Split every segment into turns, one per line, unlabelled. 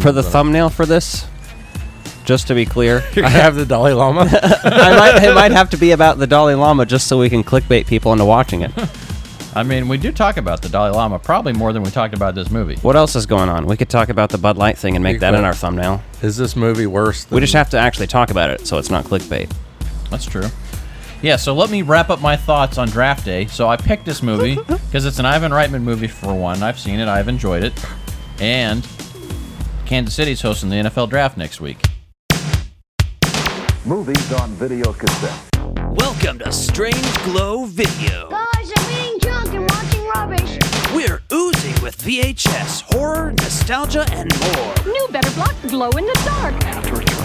for the thumbnail for this, just to be clear,
I have the Dalai Lama.
I might, it might have to be about the Dalai Lama just so we can clickbait people into watching it.
I mean, we do talk about the Dalai Lama probably more than we talked about this movie.
What else is going on? We could talk about the Bud Light thing and make that in our thumbnail.
Is this movie worse? Than
We just have to actually talk about it so it's not clickbait.
That's true. Yeah, so let me wrap up my thoughts on Draft Day. So I picked this movie because it's an Ivan Reitman movie for one. I've seen it, I've enjoyed it. And Kansas City's hosting the NFL Draft next week.
Movies on video cassette.
Welcome to Strange Glow Video.
Guys, I'm eating junk and watching rubbish.
We're oozing with VHS, horror, nostalgia, and more.
New better block glow in the dark.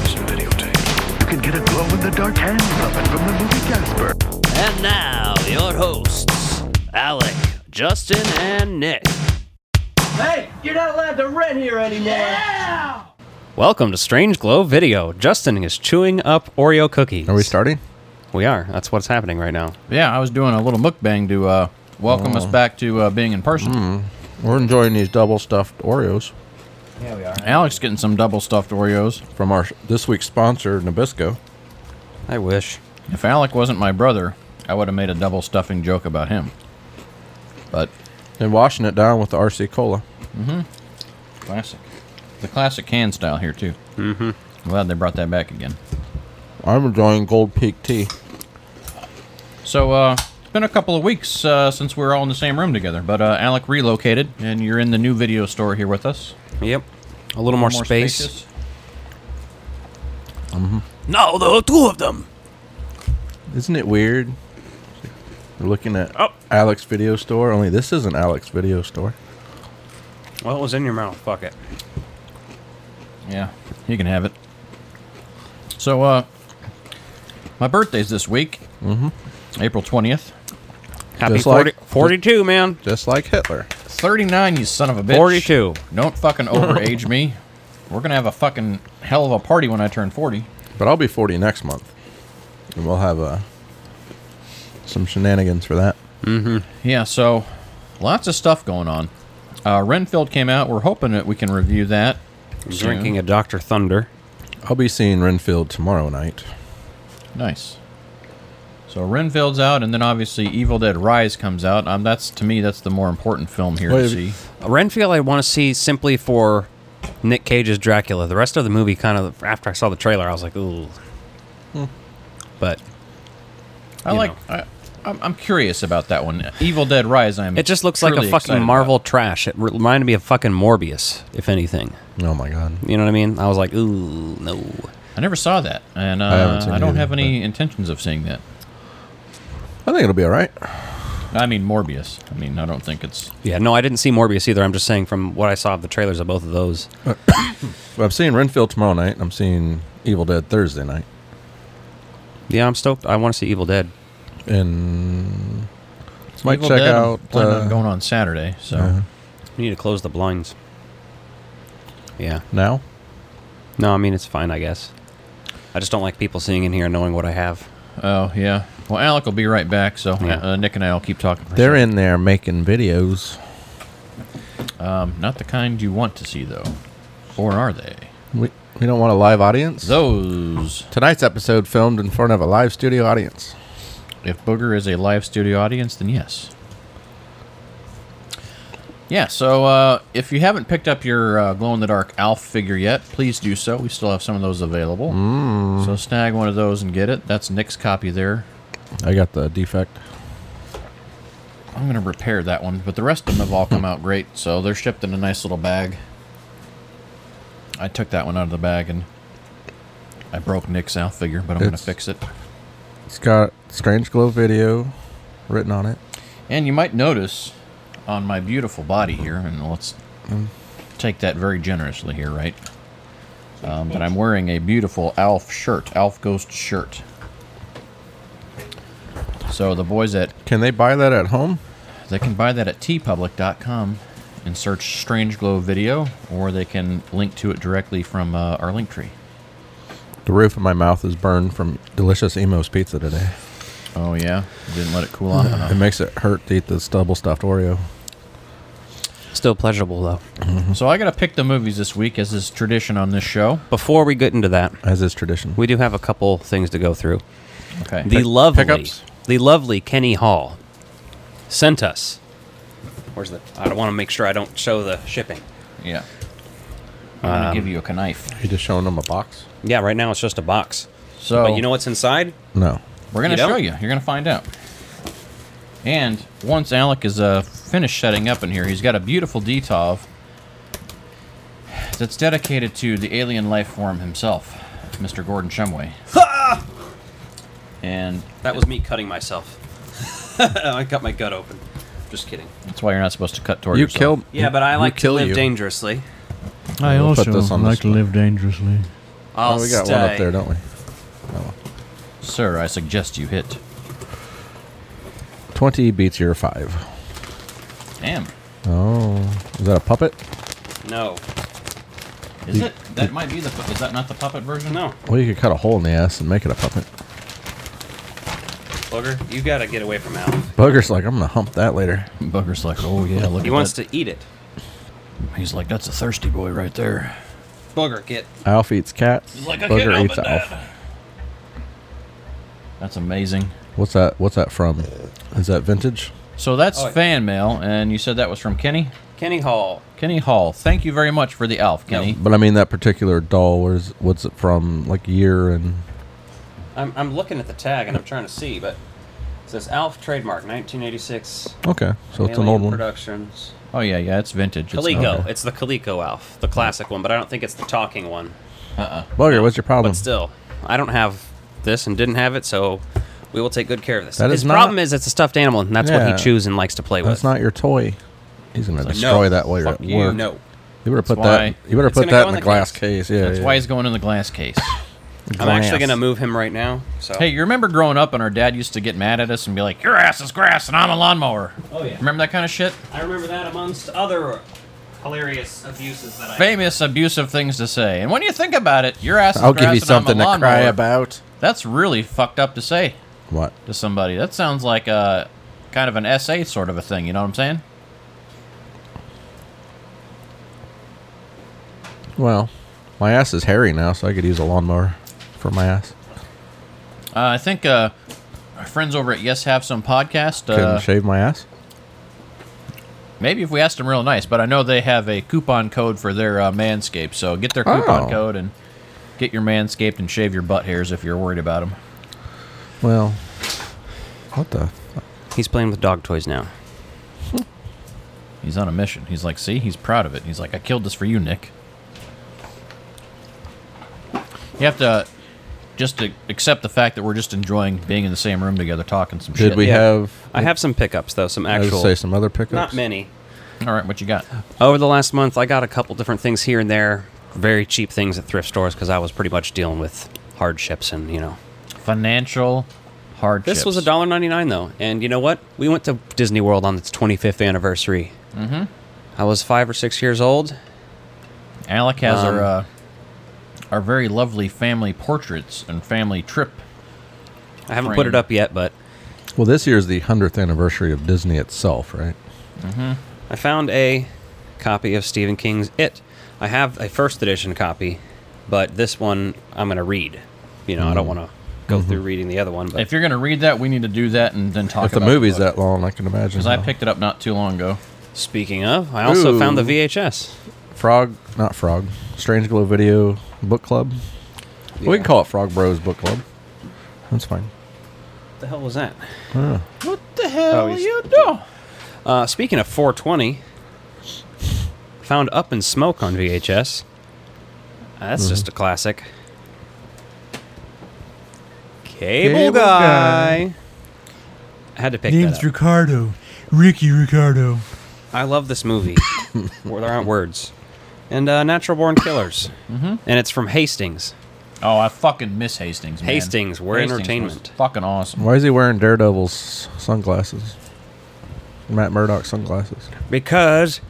You can get a glow in the dark hand puppet from the movie Casper.
And now, your hosts, Alec, Justin, and Nick.
Welcome to Strange Glow Video. Justin is chewing up Oreo cookies.
Are we starting?
We are. That's what's happening right now.
Yeah, I was doing a little mukbang to uh, welcome us back to uh, being in person.
We're enjoying these double stuffed Oreos
Alex getting some double stuffed Oreos.
from our this week's sponsor, Nabisco.
I wish.
If Alec wasn't my brother, I would have made a double stuffing joke about him. But
And washing it down with the RC Cola.
classic, the classic can style here too. Mm-hmm. Glad they brought that back again.
I'm enjoying Gold Peak tea.
So uh, it's been a couple of weeks uh, since we were all in the same room together. But uh, Alec relocated, and you're in the new video store here with us.
Yep. A little more,
More
space.
spacious.
Now there are two of them.
Isn't it weird? We're looking at Alex Video Store. Only this isn't Alex Video Store.
Well, it was in your mouth. Fuck it.
Yeah, you can have it. So, uh, my birthday's this week, mm-hmm. April 20th.
Happy
Just
40,
like-
42, man.
Just like Hitler.
39, you son of a bitch.
42.
Don't fucking overage me. We're going to have a fucking hell of a party when I turn 40.
But I'll be 40 next month, and we'll have uh, some shenanigans for that.
Yeah, so lots of stuff going on. Uh, Renfield came out. We're hoping that we can review that.
I'm
soon.
drinking a Dr. Thunder.
I'll be seeing Renfield tomorrow night.
Nice. So Renfield's out, and then obviously Evil Dead Rise comes out. Um, that's to me, that's the more important film here
Wait,
to
have-
see.
Renfield, I want to see simply for Nick Cage's Dracula. The rest of the movie, kind of after I saw the trailer, I was like, ooh.
Hmm.
But
I
you
like. I, I'm, I'm curious about that one. Evil Dead Rise. I'm.
it just looks like a
truly
fucking
excited
Marvel
about.
trash. It reminded me of fucking Morbius, if anything.
Oh my god!
You know what I mean? I was like, ooh, no.
I never saw that, and uh,
haven't seen
I,
it
don't
either,
have any intentions of seeing that.
I think it'll be all right.
I mean Morbius. I mean, I don't think it's.
Yeah, no, I didn't see Morbius either. I'm just saying from what I saw of the trailers of both of those.
But I'm seeing Renfield tomorrow night. and I'm seeing Evil Dead Thursday night,
Yeah, I'm stoked. I want to see Evil Dead.
and might
Evil
check
Dead, I'm
out.
planning on
uh,
going on Saturday. So
We need to close the blinds. Yeah.
now.
No, I mean, it's fine, I guess. I just don't like people seeing in here and knowing what I have.
Oh yeah. Well, Alec will be right back. So
Yeah.
uh, Nick and I will keep talking. For a
They're
sec.
in there making videos.
Um, not the kind you want to see though, or are they?
We we don't want a live audience.
Those.
Tonight's episode filmed in front of a live studio audience.
If Booger is a live studio audience, then yes. Yeah. So uh, if you haven't picked up your uh, glow in the dark Alf figure yet, please do so. We still have some of those available. So snag one of those and get it. That's Nick's copy there.
I got the defect.
I'm gonna repair that one, but the rest of them have all come out great. So they're shipped in a nice little bag. I took that one out of the bag and I broke Nick's out figure, but I'm gonna
It's-
fix it.
It's got Strange Glow video written on it.
And you might notice on my beautiful body here, and let's take that very generously here, right? Um, that I'm wearing a beautiful Alf shirt, Alf Ghost shirt. So the boys at
Can they buy that at home?
They can buy that at tpublic.com and search Strange Glow Video, or they can link to it directly from uh, our link tree.
The roof of my mouth is burned from delicious Emo's pizza today.
Oh, yeah. Didn't let it cool off Uh-huh. enough.
It makes it hurt to eat this double stuffed Oreo.
Still pleasurable though.
So I got to pick the movies this week, as is tradition on this show.
Before we get into that,
as is tradition.
we do have a couple things to go through.
Okay.
The lovely,
pickups?
the lovely Kenny Hall sent us. Where's the? I don't want to make sure I don't show the shipping.
yeah. Um, I'm gonna give you a knife.
you just showing them a box?
Yeah, right now it's just a box.
So
But you know what's inside?
No.
We're gonna
You don't?
show you. You're gonna find out. And once Alec is uh, finished setting up in here, he's got a beautiful detov that's dedicated to the alien life form himself, Mr. Gordon Shumway. and
That was me cutting myself. I cut my gut open. Just kidding.
that's why you're not supposed to cut toward
You
yourself.
killed.
Yeah, but I
you
like to
kill
live
you.
dangerously.
I
We'll put
also
this on
like
this
to
one.
live dangerously.
I'll
Oh, we got
stay.
one up there, don't we?
Sir, I suggest you hit.
Twenty beats your five.
Damn.
Oh, is that a puppet?
No,
Is it? That might be the. pu- Is that not the puppet version?
no,
Well, you could cut a hole in the ass and make it a puppet.
booger, you gotta get away from Al.
Booger's like, I'm gonna hump that later.
Bugger's like, oh yeah, look
He
at
wants
that.
to eat it.
He's like, that's a thirsty boy right there.
Oh, Booger, get.
Alf eats cats.
He's like, I can't
Booger
help
eats
it,
Alf.
That's amazing.
What's that? What's that from? Is that vintage?
So that's
Oh, yeah.
fan mail, and you said that was from Kenny?
Kenny Hall.
Kenny Hall. Thank you very much for the elf, Kenny.
But I mean that particular doll. Where's what's it from? Like year and
I'm, I'm looking at the tag and I'm trying to see, but it says Alf trademark 1986.
okay, so Oh, it's an
Alien
old one.
Productions.
Oh, yeah, yeah, it's vintage. It's
Coleco.
okay.
It's the Coleco Alf, the classic one, but I don't think it's the talking one.
Booger, what's your problem?
But still, I don't have this and didn't have it, so we will take good care of this.
That
His
is not-
problem is it's a stuffed animal, and that's what
Yeah.
he chews and likes to play
That's
with.
not your toy. He's gonna
So
destroy
no.
that while you're
Fuck
at
you.
work.
no.
You better put
That's
that.
why-
You better
It's
put
gonna
that
go
in
in
the
the
glass
case.
case. Yeah.
That's
yeah.
why he's going in the glass case.
I'm actually
Glass.
gonna move him right now. So
hey, you remember growing up and our dad used to get mad at us and be like, Your ass is grass and I'm a lawnmower.
Oh, yeah.
Remember that kind of shit?
I remember that amongst other hilarious abuses that I.
Famous abusive things to say. And when you think about it, your ass is
I'll give
grass
you
and I'm a
something to cry
lawnmower,"
about.
That's really fucked up to say
What?
to somebody. That sounds like a kind of an essay sort of a thing, you know what I'm saying?
Well, my ass is hairy now, so I could use a lawnmower for my ass.
Uh, I think uh, our friends over at Yes Have Some Podcast.
Couldn't
Uh,
shave my ass.
Maybe if we asked them real nice, but I know they have a coupon code for their uh, Manscaped. So get their coupon
Oh.
code and get your Manscaped and shave your butt hairs if you're worried about them.
Well, what the?
He's playing with dog toys now.
He's on a mission. He's like, see, he's proud of it. He's like, I killed this for you, Nick. You have to just to accept the fact that we're just enjoying being in the same room together, talking some
Did
shit.
we
Yeah.
have?
I have some pickups though, some
I was gonna
actual.
say some other pickups.
Not many.
All right, what you got?
Over the last month, I got a couple different things here and there, very cheap things at thrift stores because I was pretty much dealing with hardships and you know.
Financial hardships.
This was a dollar ninety nine though, and you know what? We went to Disney World on its twenty fifth anniversary. Mm-hmm. I was five or six years old.
Alec has
Um,
our uh, our very lovely family portraits and family trip.
I haven't put it
Frame.
up yet, but
Well, this year is the hundredth anniversary of Disney itself, right?
I found a copy of Stephen King's It. I have a first edition copy, but this one I'm going to read. You know, I don't want to go through reading the other one, but
If you're gonna read that, we need to do that and then talk.
If the
about
movie's that long, I can imagine.
because I
how-
picked it up not too long ago.
speaking of, I also found the
Ooh.
VHS.
Frog, not Frog, Strange Glow Video Book Club. We can call it Frog Bros Book Club. That's fine.
What the hell was that?
What the hell
Oh, he's-
you doing?
Uh, speaking of 420, found Up in Smoke on VHS. Uh, that's just a classic. Cable,
Cable
guy. I had to pick that up.
Name's Ricardo. Ricky Ricardo.
I love this movie. Where there aren't words. And uh, Natural Born Killers. mm-hmm. And it's from Hastings.
Oh, I fucking miss Hastings. Man.
Hastings, we're
Hastings
entertainment.
was fucking awesome.
Why is he wearing Daredevil's sunglasses? Matt Murdock sunglasses.
Because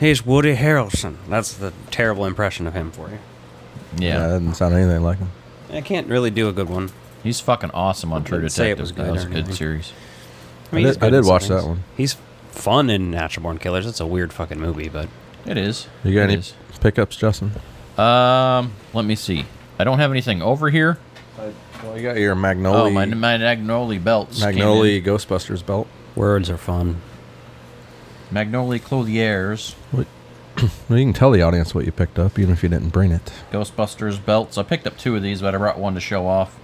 he's Woody Harrelson. That's the terrible impression of him for you.
Yeah, that
Yeah,
doesn't sound anything like him.
I can't really do a good one.
he's fucking awesome on True
didn't
Detective.
say it was good
that was
or
a good
anything.
series.
mean,
I
he's
did-
good
I
in
did
some
watch that one.
He's fun in Natural Born Killers. It's a weird fucking movie, but
It is.
You got
It
any
is.
pickups, Justin?
Um, let me see. I don't have anything over here.
Well, you got your
Oh,
Magnoli,
my my Magnoli belts. came in.
Magnoli Ghostbusters belt.
words are fun.
Magnoli Clothiers,
What? well, you can tell the audience what you picked up, even if you didn't bring it.
Ghostbusters belts. I picked up two of these, but I brought one to show off.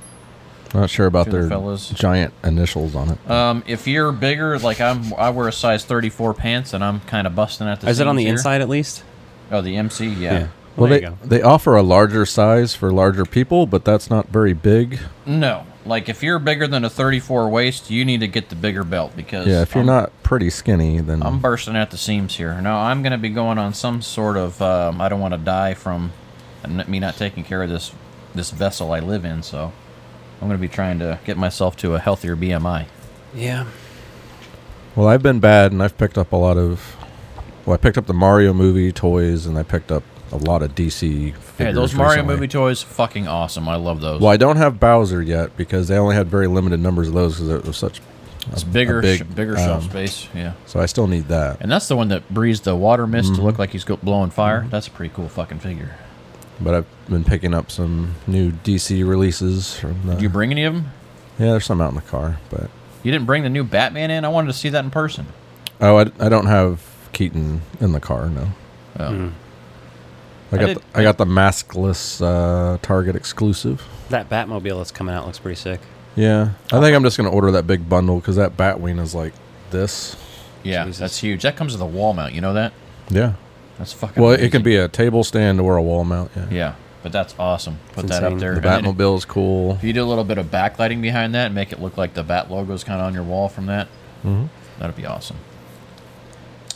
Not sure about
To the
their
fellas.
giant initials on it.
Um, if you're bigger, like I'm, I wear a size 34 pants, and I'm kind of busting at the.
Is it on
seams
the
here.
inside at least?
Oh, the MC, yeah.
Well,
Well,
there
they,
you go.
they offer a larger size for larger people, but that's not very big.
No, like if you're bigger than a 34 waist, you need to get the bigger belt because
Yeah, if you're
I'm-
not pretty skinny, then
I'm bursting at the seams here. No, I'm going to be going on some sort of. Um, I don't want to die from n- me not taking care of this this vessel I live in. So I'm going to be trying to get myself to a healthier BMI.
Yeah.
well, I've been bad, and I've picked up a lot of. Well, I picked up the Mario movie toys, and I picked up a lot of DC. Figures
Hey, those Mario
recently.
movie toys, fucking awesome. I love those.
Well, I don't have Bowser yet because they only had very limited numbers of those because it was such.
It's bigger,
big,
sh- bigger shelf
um,
space. Yeah.
So I still need that.
And that's the one that breathes the water mist to
Mm-hmm.
look like he's go- blowing fire. That's a pretty cool fucking figure.
But I've been picking up some new DC releases. From the,
Did you bring any of them?
yeah, there's some out in the car, but
You didn't bring the new Batman in? I wanted to see that in person.
oh, I, I don't have Keaton in the car. No,
Oh.
I
I
got
did-
the, I got the maskless uh, Target exclusive.
That Batmobile that's coming out looks pretty sick.
Yeah, I think I'm just gonna order that big bundle because that Batwing is like this.
Yeah,
Jesus.
that's huge. That comes with a wall mount. You know that?
Yeah.
That's fucking.
Well, it
amazing.
can be a table stand or a wall mount. Yeah.
Yeah, but that's awesome. Put that
insane.
up there.
The
And then
Batmobile is cool.
If you do a little bit of backlighting behind that and make it look like the Bat logo's kind of on your wall from that,
Mm-hmm.
that'd be awesome.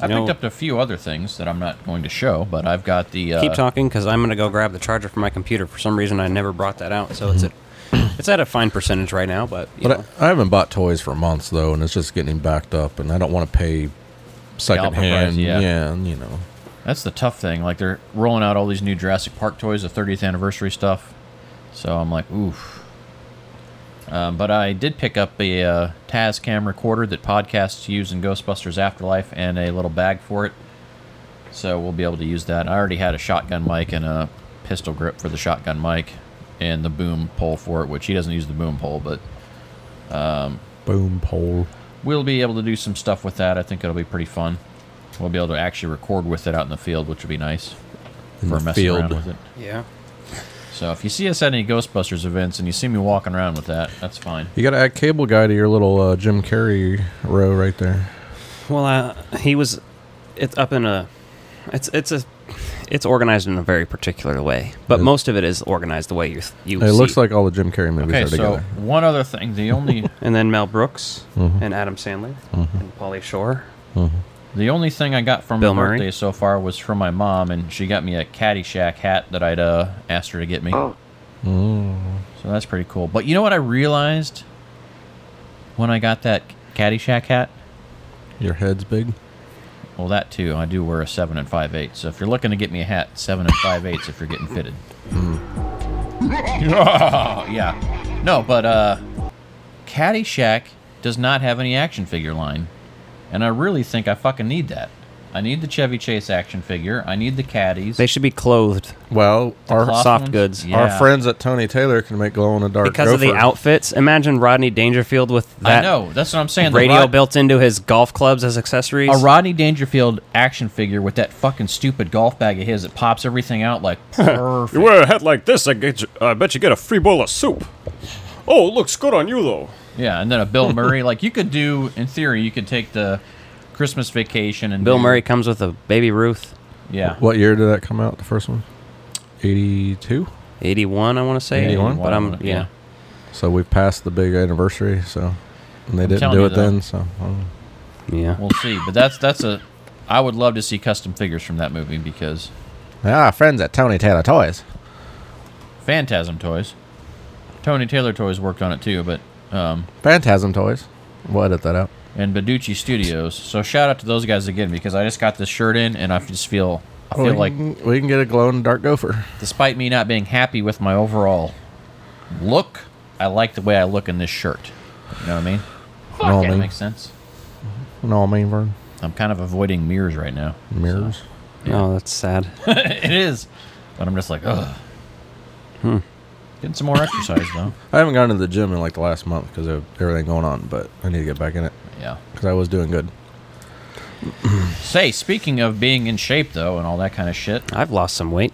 I
You know-
picked up a few other things that I'm not going to show, but I've got the. Uh,
Keep talking because I'm gonna go grab the charger for my computer. For some reason, I never brought that out, so it's at it's at a fine percentage right now. But, you know,
Mm-hmm. But I, I haven't bought toys for months though, and it's just getting backed up, and I don't want to pay secondhand.
price, yeah.
yeah, and, you know.
That's the tough thing. Like they're rolling out all these new Jurassic Park toys, the 30th anniversary stuff. So I'm like, oof. Um, but I did pick up a uh, Tascam recorder that podcasts use in Ghostbusters Afterlife and a little bag for it. So we'll be able to use that. I already had a shotgun mic and a pistol grip for the shotgun mic and the boom pole for it, which he doesn't use the boom pole, but
Boom pole.
we'll be able to do some stuff with that. I think it'll be pretty fun. We'll be able to actually record with it out in the field, which will be nice
In
for
the
messing around
field.
with it.
yeah,
So if you see us at any Ghostbusters events and you see me walking around with that, that's fine.
You got to add cable guy to your little uh, Jim Carrey row right there.
Well, uh, he was. It's up in a. It's it's a. It's organized in a very particular way, but
It-
most of it is organized the way you you.
It
see
looks like all the Jim Carrey movies
Okay,
are
so
together.
one other thing, the only
And then Mel Brooks
Mm-hmm.
and Adam Sandler and Polly Shore.
the only thing I got from
Bill
my
Murray?
birthday so far was from my mom, and she got me a Caddyshack hat that I'd uh, asked her to get me.
Mm.
So that's pretty cool. But you know what I realized when I got that Caddyshack hat?
Your head's big.
Well, that too. I do wear a seven and five eighths. So if you're looking to get me a hat, seven and five eighths. If you're getting fitted. yeah. No, but uh, Caddyshack does not have any action figure line, and I really think I fucking need that. I need the Chevy Chase action figure. I need the caddies.
They should be clothed
Well, our
cloth
soft
ones?
goods.
Yeah.
our friends at Tony Taylor can make glow in the dark
because of the
gopher.
outfits. Imagine Rodney Dangerfield with that
I know. That's what I'm saying. The
radio
Rod-
built into his golf clubs as accessories.
A Rodney Dangerfield action figure with that fucking stupid golf bag of his that pops everything out like perfect.
wear a hat like this, I, get you, I bet you get a free bowl of soup. Oh, looks good on you, though.
Yeah, and then a Bill Murray. like you could do in theory, you could take the Christmas vacation and
Bill
do-
Murray comes with a baby Ruth,
Yeah,
What year did that come out? The first one. Eighty-two.
eighty-one, I want to say.
81?
but I'm yeah.
Yeah.
So we've passed the big anniversary. So, and they didn't
telling
do
you,
it
though.
then. So. um, I don't know.
yeah.
we'll see. But that's that's a. I would love to see custom figures from that movie because
Ah, friends at Tony Taylor Toys.
Phantasm Toys, Tony Taylor Toys worked on it too, but um,
Phantasm Toys. We'll edit that out.
and Beducci Studios. So shout out to those guys again because I just got this shirt in and I just feel I feel
we,
like
can, we can get a glow in the dark gopher.
despite me not being happy with my overall look, I like the way I look in this shirt. You know what I mean?
No, I
That
mean,
makes sense.
no, I mean, Vern.
I'm kind of avoiding mirrors right now.
Mirrors.
Oh, that's sad.
it is. But I'm just like, ugh.
Hmm.
Getting some more exercise though.
I haven't gone to the gym in like the last month because of everything going on, but I need to get back in it
Yeah.
because I was doing good.
Say, speaking of being in shape though and all that kind of shit.
I've lost some weight.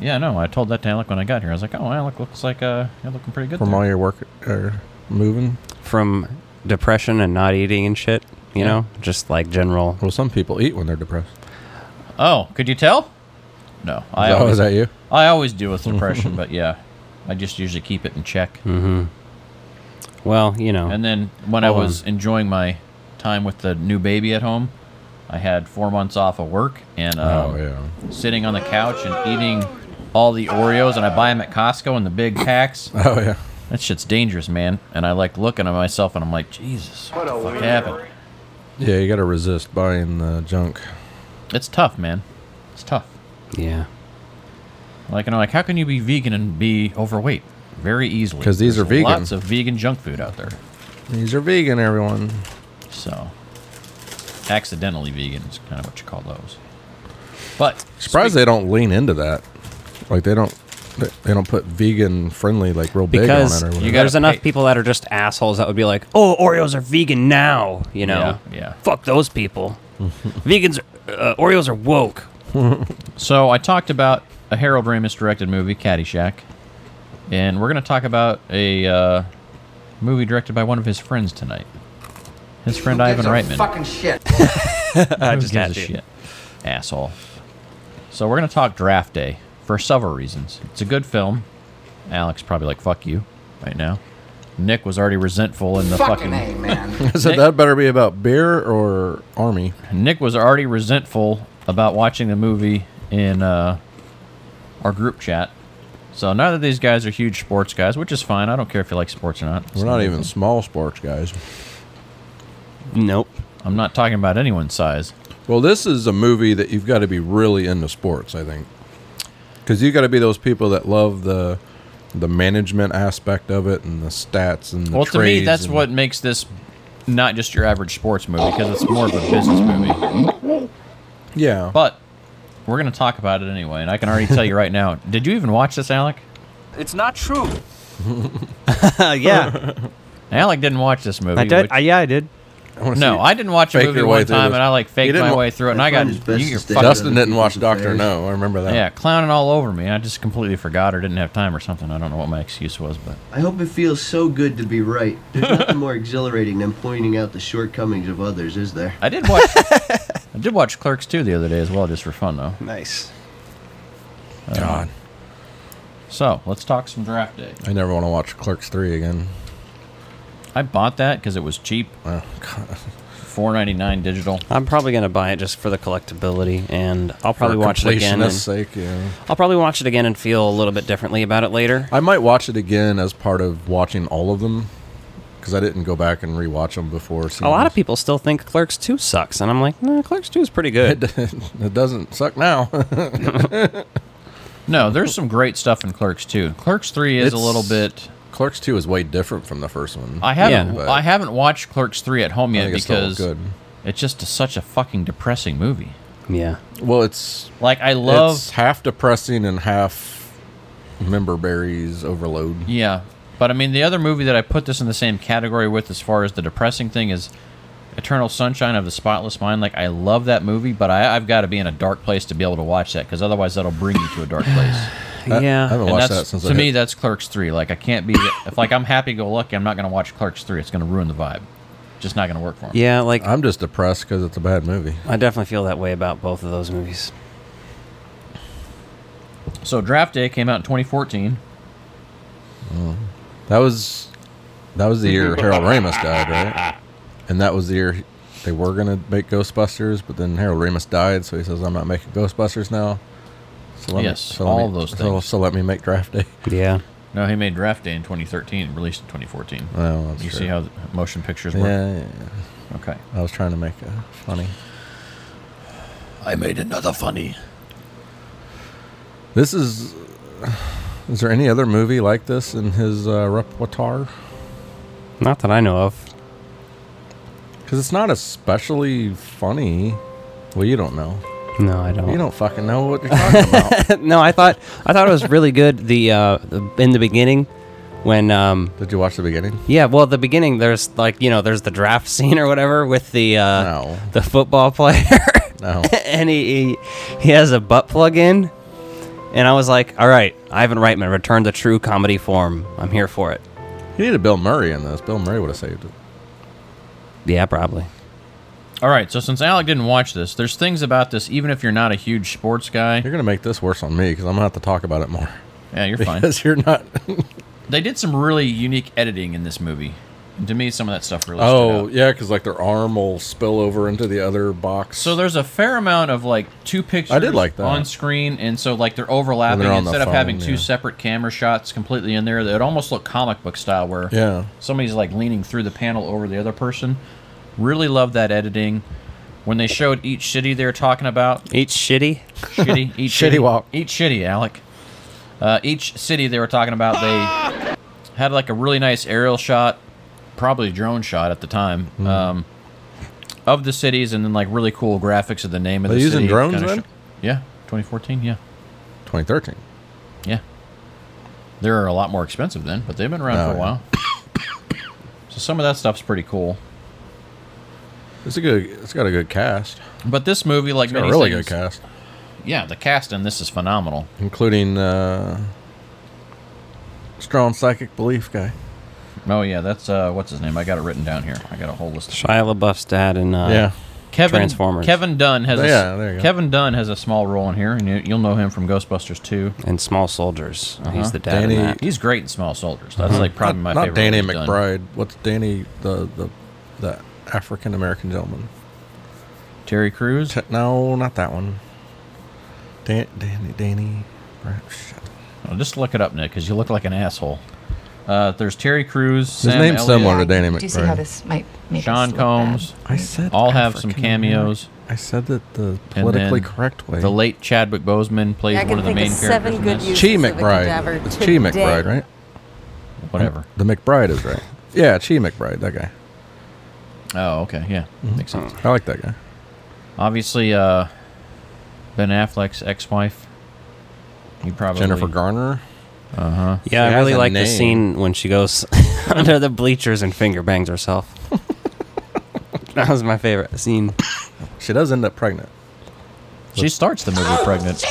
Yeah, no, I told that to Alec when I got here. I was like, oh, Alec looks like uh, you're looking pretty good.
From
there."
all your work or moving,
from depression and not eating and shit. You
Yeah.
know, just like general.
well, some people eat when they're depressed.
oh, could you tell? No, I
oh,
always,
is that you?
I always deal with depression, but yeah, I just usually keep it in check.
Hmm.
Well, you know,
And then when I
Oh,
Hold
was enjoying my time with the new baby at home, I had four months off of work and uh,
oh yeah.
sitting on the couch and eating all the Oreos, and I buy them at Costco in the big packs.
Oh yeah.
that shit's dangerous, man. And I like looking at myself, and I'm like, Jesus, what the fuck happened?
Yeah, you got to resist buying the junk.
It's tough, man. It's tough.
yeah,
Like, and I'm like, how can you be vegan and be overweight? Very easily.
'Cause these
There's
are vegan.
Lots of vegan junk food out there.
These are vegan, everyone.
So, accidentally vegan is kind of what you call those. But
Surprised they don't lean into that. Like they don't, they, they don't put vegan friendly like real big on it
because
or whatever.
you got-
there's
gotta
enough
pay-
people that are just assholes that would be like, "Oh, Oreos are vegan now," you know.
Yeah, yeah.
Fuck those people. Vegans, are- uh, Oreos are woke.
So I talked about a Harold Ramis directed movie, Caddyshack, and we're going to talk about a uh, movie directed by one of his friends tonight. His friend Ivan Reitman. Fucking shit. I
just
gives
had
a
to.
shit, asshole. So we're going to talk Draft Day for several reasons. It's a good film. Alex probably like fuck you right now. Nick was already resentful in the fucking.
so
Nick-
that better be about beer or army.
Nick was already resentful about watching the movie in uh, our group chat. So now that these guys are huge sports guys, which is fine. I don't care if you like sports or not. It's
We're not even small sports guys.
Nope.
I'm not talking about anyone's size.
Well, this is a movie that you've got to be really into sports, I think, because you got to be those people that love the the management aspect of it and the stats and the
well, to me,
trades
that's
and-
what makes this not just your average sports movie because it's more of a business movie.
Yeah,
But we're going to talk about it anyway, and I can already tell you right now. Did you even watch this, Alec?
yeah,
Alec didn't watch this movie.
I did.
which-
I, yeah, I did.
I wanna
no,
see-
I didn't watch a
fake
movie
your way
one
through
time,
this.
and I like
He
faked
didn't
my
wa-
way through it, and I got you, you're fucking
Dustin didn't watch Doctor No. I remember that.
Yeah, clowning all over me. I just completely forgot or didn't have time or something. I don't know what my excuse was, but
I hope it feels so good to be right. There's nothing more exhilarating than pointing out the shortcomings of others, is there?
I did watch. I did watch Clerks 2 the other day as well, just for fun though.
Nice.
God,
So let's talk some draft day.
I never want to watch Clerks three again.
I bought that because it was cheap,
Oh, God.
four ninety nine digital.
I'm probably gonna buy it just for the collectability, and I'll probably
For
watch it again.
completionist's
and-
sake, yeah.
I'll probably watch it again and feel a little bit differently about it later.
I might watch it again as part of watching all of them because I didn't go back and rewatch them before.
A lot of people still think Clerks 2 sucks, and I'm like, nah, Clerks 2 is pretty good.
people. it doesn't suck now.
No, there's some great stuff in Clerks 2. Clerks 3 is a
It's-
little bit.
Clerks two is way different from the first one.
I haven't.
Yeah.
I haven't watched Clerks 3 at home
I
yet
think it's still
because
good.
it's just a, such a fucking depressing movie.
Yeah.
Well, it's
Like I love.
it's half depressing and half member berries overload.
Yeah, but I mean, the other movie that I put this in the same category with, as far as the depressing thing, is Eternal Sunshine of the Spotless Mind. Like, I love that movie, but I, I've got to be in a dark place to be able to watch that, because otherwise, that'll bring you to a dark place.
I haven't
yeah.
And
watched
that's
that since
to
I
me,
hit-
that's Clerks Three. Like, I can't be if like I'm happy go lucky. I'm not going to watch Clerks Three. It's going to ruin the vibe. Just not going to work for me.
Yeah, like,
I'm just depressed because it's a bad movie.
I definitely feel that way about both of those movies.
So Draft Day came out in 2014.
That was that was the year Harold Ramis died, right? And that was the year he- they were gonna make Ghostbusters, but then Harold Ramis died, so he says, "I'm not making Ghostbusters now." So let
Yes,
let
all of those
so,
things.
So let me make Draft Day.
Yeah.
No, he made Draft Day in 2013, released in 2014.
Well, that's
you
true.
see how the motion pictures
Yeah,
work?
yeah, yeah.
Okay.
I was trying to make a funny.
I made another funny.
This is. Is there any other movie like this in his uh, repertoire?
Not that I know of.
Because it's not especially funny. Well, you don't know.
No, I don't.
You don't fucking know what you're talking about.
no, I thought I thought it was really good. The, uh, the in the beginning, when um,
Did you watch the beginning?
yeah, well, the beginning there's like you know there's the draft scene or whatever with the uh,
No.
the football player.
No.
and he, he he has a butt plug in, and I was like, "All right, Ivan Reitman returned to true comedy form. I'm here for it."
you needed Bill Murray in this. Bill Murray would have saved it.
Yeah, probably.
All right, so since Alec didn't watch this, there's things about this, even if you're not a huge sports guy.
You're gonna make this worse on me because I'm gonna have to talk about it more.
Yeah, you're fine.
Because you're not.
They did some really unique editing in this movie. And to me, some of that stuff really stood out.
oh yeah, because like their arm will spill over into the other box.
So there's a fair amount of like two pictures
like that.
on screen, and so like they're overlapping.
on the
Instead of
phone,
having two
yeah.
separate camera shots completely in there, it almost looked comic book style, where
Yeah.
somebody's like leaning through the panel over the other person. Really love that editing. When they showed each city they're talking about,
Each shitty.
shitty, eat
Shitty walk.
eat shitty, Alec. Uh, each city they were talking about, they had like a really nice aerial shot, probably a drone shot at the time,
Hmm.
um, of the cities, and then like really cool graphics of the name of
They
the
using
city,
drones
kinda
then?
yeah, 2014. Yeah,
2013.
yeah. They're a lot more expensive then, but they've been around
Oh,
for a
yeah.
while. so some of that stuff's pretty cool.
It's a good. It's got a good cast.
But this movie, like
It's got
many
a really
things-
good cast,
yeah, the cast in this is phenomenal.
including uh, strong psychic belief guy.
Oh yeah, that's uh, what's his name? I got it written down here. I got a whole list. Of
Shia LaBeouf's dad and uh,
yeah.
Kevin
Transformers.
Kevin Dunn has a,
Yeah, there you go.
Kevin Dunn has a small role in here, and you, you'll know him from Ghostbusters 2.
and Small Soldiers. He's the dad
Uh-huh. Danny-
in that.
He's great in Small Soldiers. That's like probably my
not
favorite.
Danny
one he's done.
McBride. What's Danny the the the African American gentleman?
Terry Crews.
T- no, not that one. Dan- Danny Danny. Brad- shit.
Oh, just look it up, Nick, because you look like an asshole. Uh, there's Terry Crews.
His
Sam
name's
Elliott,
similar to Danny
Do you see how
McBride.
this might make
Sean
us look bad?
Combs.
I said
All have some
African-American.
cameos.
I said that the
and
politically
then
correct way.
The late Chadwick Boseman plays
I can
one of the
think
main
of
characters.
seven
in
good
this.
uses
Chi
of a
McBride.
cadaver
It's Chi
today.
McBride, right?
Whatever.
The McBride is right. Yeah, Chi McBride, that guy.
Oh, okay. Yeah.
Mm-hmm.
Makes sense.
I like that guy.
Obviously, uh, Ben Affleck's ex wife. You probably.
Jennifer Garner.
Yeah,
She
I
has
really
a
like the
name.
scene when she goes under the bleachers and finger bangs herself. that was my favorite scene.
She does end up pregnant.
She starts the movie pregnant.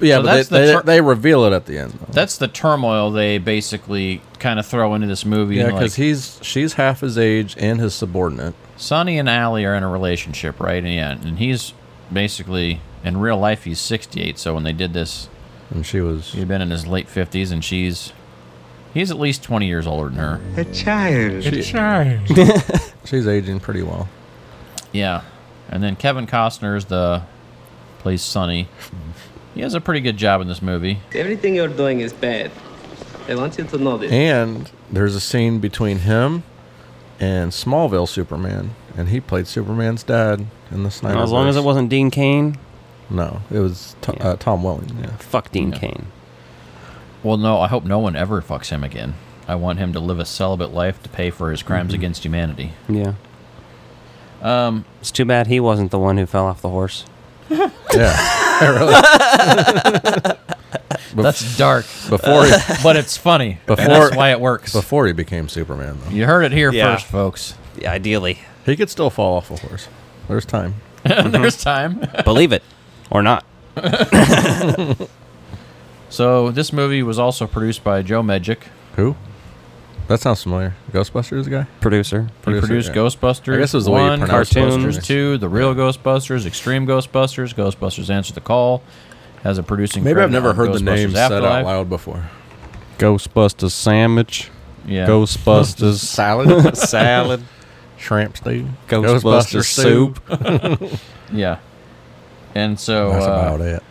Yeah, but
So that's
they,
the
they,
tur-
they reveal it at the end. Though.
That's the turmoil they basically kind of throw into this movie.
yeah,
like,
because he's she's half his age and his subordinate.
Sonny and Allie are in a relationship, right? And yeah, and he's basically in real life he's 68. So when they did this,
And she was
he'd been in his late 50s, and she's he's at least 20 years older than her.
Child.
she's aging pretty well.
Yeah, and then Kevin Costner's the plays Sonny. He has a pretty good job in this movie.
Everything you're doing is bad. I want you to know this.
And there's a scene between him and Smallville Superman, and he played Superman's dad in the Snyder.
as long as it wasn't Dean Kane,
no, it was to,
Yeah.
uh, Tom Welling. Yeah,
fuck Dean Kane.
Well, no, I hope no one ever fucks him again. I want him to live a celibate life to pay for his crimes against humanity.
Yeah. Um, it's too bad he wasn't the one who fell off the horse.
yeah, really.
That's dark,
Before he,
but it's funny. and
Before-
that's why it works.
before he became Superman, though,
You heard it here
Yeah.
first, folks.
Yeah, ideally,
he could still fall off a horse. There's time.
There's time.
believe it or not.
so this movie was also produced by Joe Medjick.
Who? That sounds familiar. Ghostbusters guy.
Producer.
He
Producer,
produced
yeah.
Ghostbusters.
I guess it was the way you
one,
pronounced it.
Ghostbusters
Cartoons.
two, the real Ghostbusters, Extreme Ghostbusters, Ghostbusters Answer the Call. Has a producing.
Maybe I've
credit
never
on
heard the
Ghostbusters
name said out
Afterlife.
loud before.
Ghostbusters sandwich.
Yeah.
Ghostbusters
Salad,
salad.
shrimp stew,
Ghostbusters soup.
Yeah. And so
That's
uh,
about it.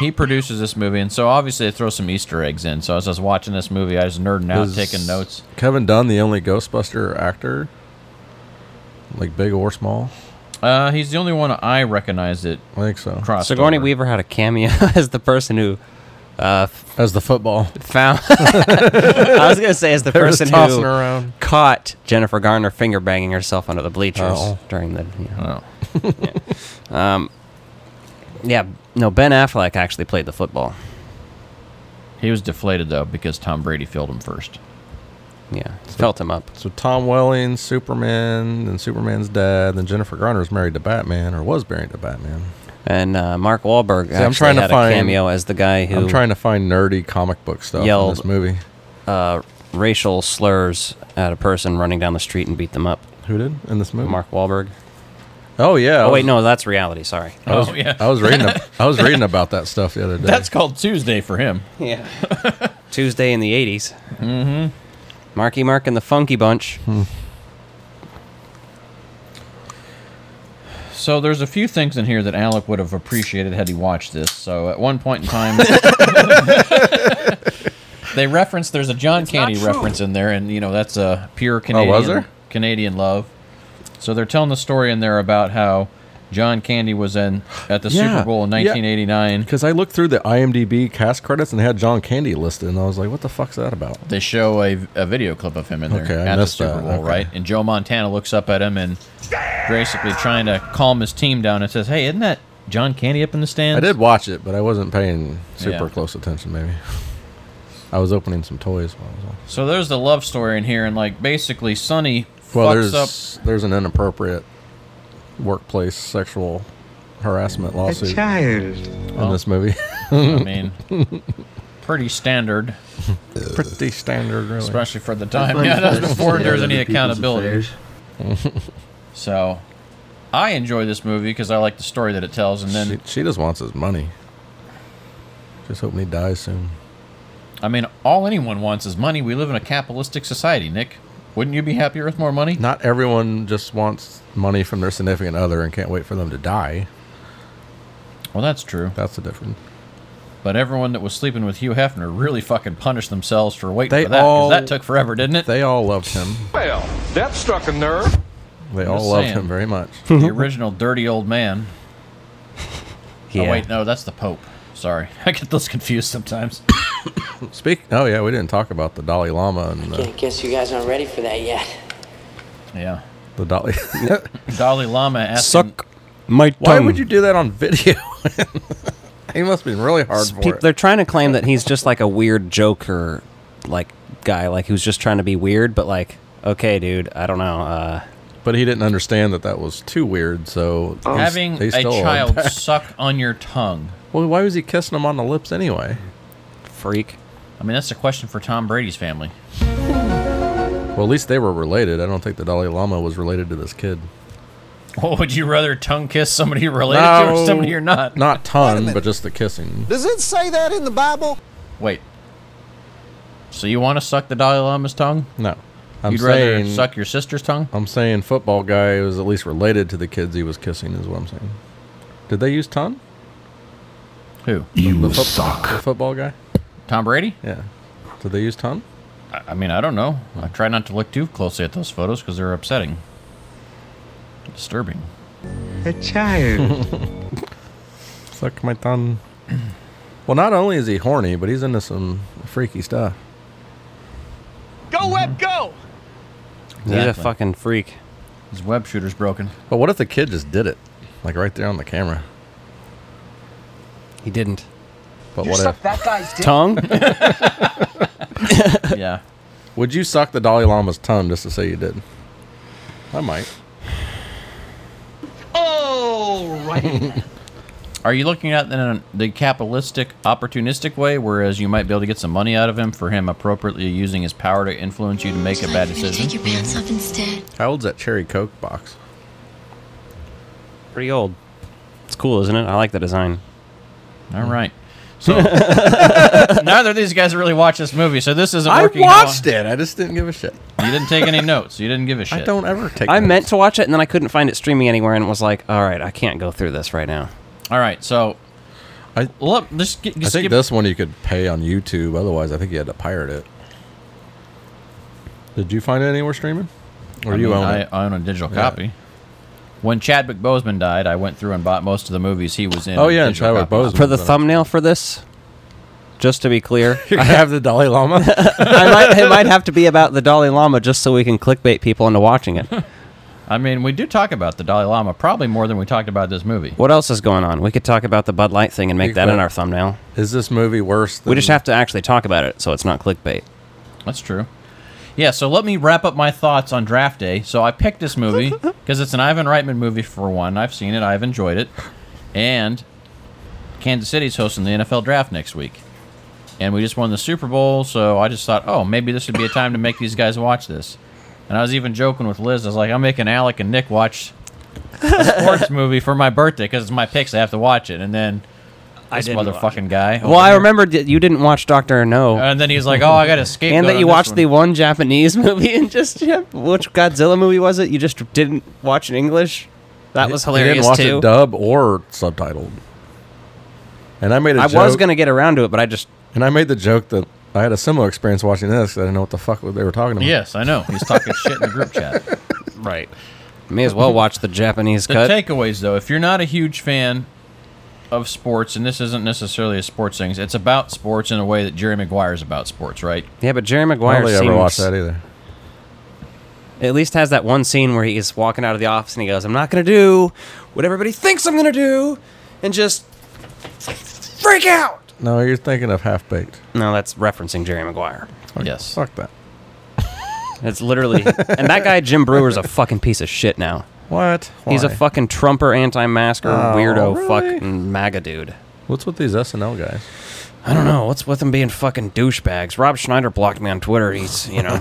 he produces this movie, and so obviously they throw some Easter eggs in. So as I was watching this movie, I was nerding out,
Is
taking notes.
Kevin Dunn, the only Ghostbuster actor, like big or small.
Uh, he's the only one I recognized it
I think so.
crossed.
Sigourney
over.
Weaver had a cameo as the person who Uh,
as the football
found. I was gonna say as the
They're just
person
tossing
who
her around.
caught Jennifer Garner finger banging herself under the bleachers
Oh.
during the. You know, yeah. Um, yeah, no. Ben Affleck actually played the football.
He was deflated though because Tom Brady filled him first.
Yeah, felt him up.
So Tom Welling, Superman, and Superman's dad, then Jennifer Garner is married to Batman or was married to Batman.
And uh, Mark Wahlberg
See,
actually
I'm trying to
had
find-
a cameo as the guy who
I'm trying to find nerdy comic book stuff in
Yelled.
this movie.
uh, racial slurs at a person running down the street and beat them up.
Who did in this movie?
Mark Wahlberg.
Oh yeah. I
Oh
was-
wait, no, that's reality. Sorry.
I was,
Oh, yeah.
I was reading. ab- I was reading about that stuff the other day.
That's called Tuesday for him.
Yeah. Tuesday in the 80s. Mm-hmm. Marky Mark and the Funky Bunch.
Mm-hmm.
So there's a few things in here that Alec would have appreciated had he watched this. So at one point in time, they reference there's a John Candy reference in there, and you know that's a pure Canadian
Oh, there?
Canadian love. So they're telling the story in there about how John Candy was in at the
Yeah,
Super Bowl in
yeah.
1989.
Because I looked through the IMDb cast credits and they had John Candy listed, and I was like, "What the fuck's that about?"
They show a, a video clip of him in there
Okay, I
at the
missed
Super
that.
Bowl,
Okay.
right? And Joe Montana looks up at him and basically trying to calm his team down and says, "Hey, isn't that John Candy up in the stands?"
I did watch it, but I wasn't paying super
Yeah.
close attention. Maybe I was opening some toys while I was on.
So there's the love story in here, and like basically Sonny
Well,
fucks
there's
up.
there's an inappropriate workplace sexual harassment
A
lawsuit in
child.
Oh.
this movie.
I mean, pretty standard,
Pretty standard, really.
especially for the time. Yeah, that's before there's any accountability. So I enjoy this movie because I like the story that it tells, and
she,
then
she just wants his money. Just hoping he dies soon.
I mean, all anyone wants is money. We live in a capitalistic society, Nick. Wouldn't you be happier with more money?
Not everyone just wants money from their significant other and can't wait for them to die.
Well, that's true.
That's the difference.
But everyone that was sleeping with Hugh Hefner really fucking punished themselves for waiting
They
for that 'cause
all-
that took forever, didn't it?
They all loved him.
Well, that struck a nerve.
They
just
all loved
saying.
him very much.
the original dirty old man.
Yeah.
Oh wait, no, that's the Pope. Sorry, I get those confused sometimes.
Speak. Oh yeah, we didn't talk about the Dalai Lama and
I
the,
guess you guys aren't ready for that yet.
yeah,
the Dalai.
Dalai Lama asked. him-
Suck my tongue.
Why would you do that on video? he must have been really hard for
People,
it.
they're trying to claim that he's just like a weird joker, like guy, like who's just trying to be weird. But like, okay, dude, I don't know. Uh,
But he didn't understand that that was too weird. So he's-
Oh. Having
they
a
still-
child suck on your tongue.
Well, why was he kissing him on the lips anyway?
freak.
I mean, that's a question for Tom Brady's family.
Well, at least they were related. I don't think the Dalai Lama was related to this kid.
What would you rather tongue kiss somebody you're related to or somebody you're not?
Not ton, but just the kissing.
Does it say that in the Bible?
Wait. So you want to suck the Dalai Lama's tongue?
No, I'm
You'd
saying
rather suck your sister's tongue?
I'm saying football guy was at least related to the kids he was kissing. Is what I'm saying. Did they use ton?
Who?
You
foot-
suck.
The football guy.
Tom Brady?
Yeah. Did they use ton?
I, I mean, I don't know. I try not to look too closely at those photos because they're upsetting, disturbing.
A child.
Suck my thumb. Well, not only is he horny, but he's into some freaky stuff.
Go, Web, go!
He's a
Exactly.
fucking freak.
His web shooter's broken.
But what if the kid just did it, like right there on the camera?
He didn't.
But what if?
that guy's dick.
Tongue?
yeah.
Would you suck the Dalai Lama's tongue just to say you did? I might.
All right.
Are you looking at it in the capitalistic, opportunistic way, whereas you might be able to get some money out of him for him appropriately using his power to influence you to make a bad decision?
your pants off instead.
How old's that cherry coke box?
Pretty old. It's cool, isn't it? I like the design.
All right. So neither of these guys really watch this movie, so this isn't working.
it. I just didn't give a shit.
it. You didn't take any notes. You didn't give a shit.
I don't ever take.
I
notes.
meant to watch it and then I couldn't find it streaming anywhere and was like, all right, I can't go through this right now.
All right. So
I-
look, just, gi-
I
just
think
give-
this one you could pay on YouTube. Otherwise, I think you had to pirate it. Did you find it anywhere streaming? Or
I
you
mean,
own
I,
it?
I own a digital
Yeah.
copy. When Chadwick Boseman died, I went through and bought most of the movies he was in.
Oh
on
yeah, and
digital
Chadwick
copy.
Boseman.
For the
but-
thumbnail for this, Just to be clear,
I have the Dalai Lama.
I might, it might have to be about the Dalai Lama just so we can clickbait people into watching it.
I mean, we do talk about the Dalai Lama probably more than we talked about this movie.
What else is going on? We could talk about the Bud Light thing and make that in our thumbnail.
Is this movie worse? Than
We just have to actually talk about it, so it's not clickbait.
That's true. Yeah, so let me wrap up my thoughts on draft day. So I picked this movie because it's an Ivan Reitman movie for one. I've seen it, I've enjoyed it. And Kansas City's hosting the NFL draft next week. And we just won the Super Bowl, so I just thought, oh, maybe this would be a time to make these guys watch this. And I was even joking with Liz. I was like, I'm making Alec and Nick watch a sports movie for my birthday because it's my picks. I have to watch it. And then
I
this
didn't watch
motherfucking guy.
Well, I remember that you didn't watch Doctor No.
And then he's like, oh, I got to scapegoat.
and that
on
you
this
watched
one.
the one Japanese movie and just yeah, which Godzilla movie was it? You just didn't watch in English. That was
I
hilarious
didn't watch
too.
it dub or subtitled. And I made a
I
joke.
was gonna get around to it, but I just
And I made the joke that I had a similar experience watching this. 'cause I didn't know what the fuck they were talking about.
Yes, I know. He's talking shit in the group chat.
right. May as well watch the Japanese
The
cut.
takeaways, though, if you're not a huge fan of sports, and this isn't necessarily a sports thing, it's about sports in a way that Jerry Maguire is about sports, right?
yeah, but Jerry
I
Maguire
don't think I ever watched
seems-
that either.
at least has that one scene where he's walking out of the office and he goes, "I'm not gonna do what everybody thinks I'm gonna do," and just freak out.
No, you're thinking of Half Baked.
No, that's referencing Jerry Maguire.
Yes.
Fuck that.
That's literally, and that guy Jim Brewer's a fucking piece of shit now.
What?
He's a
Why?
fucking Trumper, anti-masker,
Oh,
weirdo,
really?
fucking MAGA dude.
What's with these SNL guys?
I don't know what's with him being fucking douchebags. Rob Schneider blocked me on Twitter. He's you know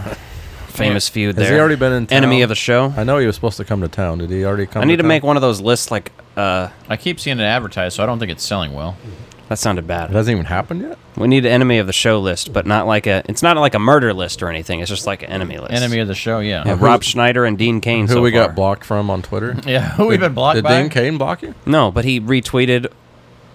famous feud.
Has
there.
he already been in town?
enemy of the show?
I know he was supposed to come to town. Did he already come?
I need to
town?
make one of those lists. Like uh,
I keep seeing it advertised, so I don't think it's selling well.
that sounded bad.
It hasn't even happened yet.
We need an enemy of the show list, but not like a. It's not like a murder list or anything. It's just like an enemy list.
Enemy of the show, yeah.
Yeah,
Yeah,
Rob Schneider and Dean Kane.
Who
so
we
far.
got blocked from on Twitter?
who we've been blocked
Did
by.
Dean Kane block you?
No, but he retweeted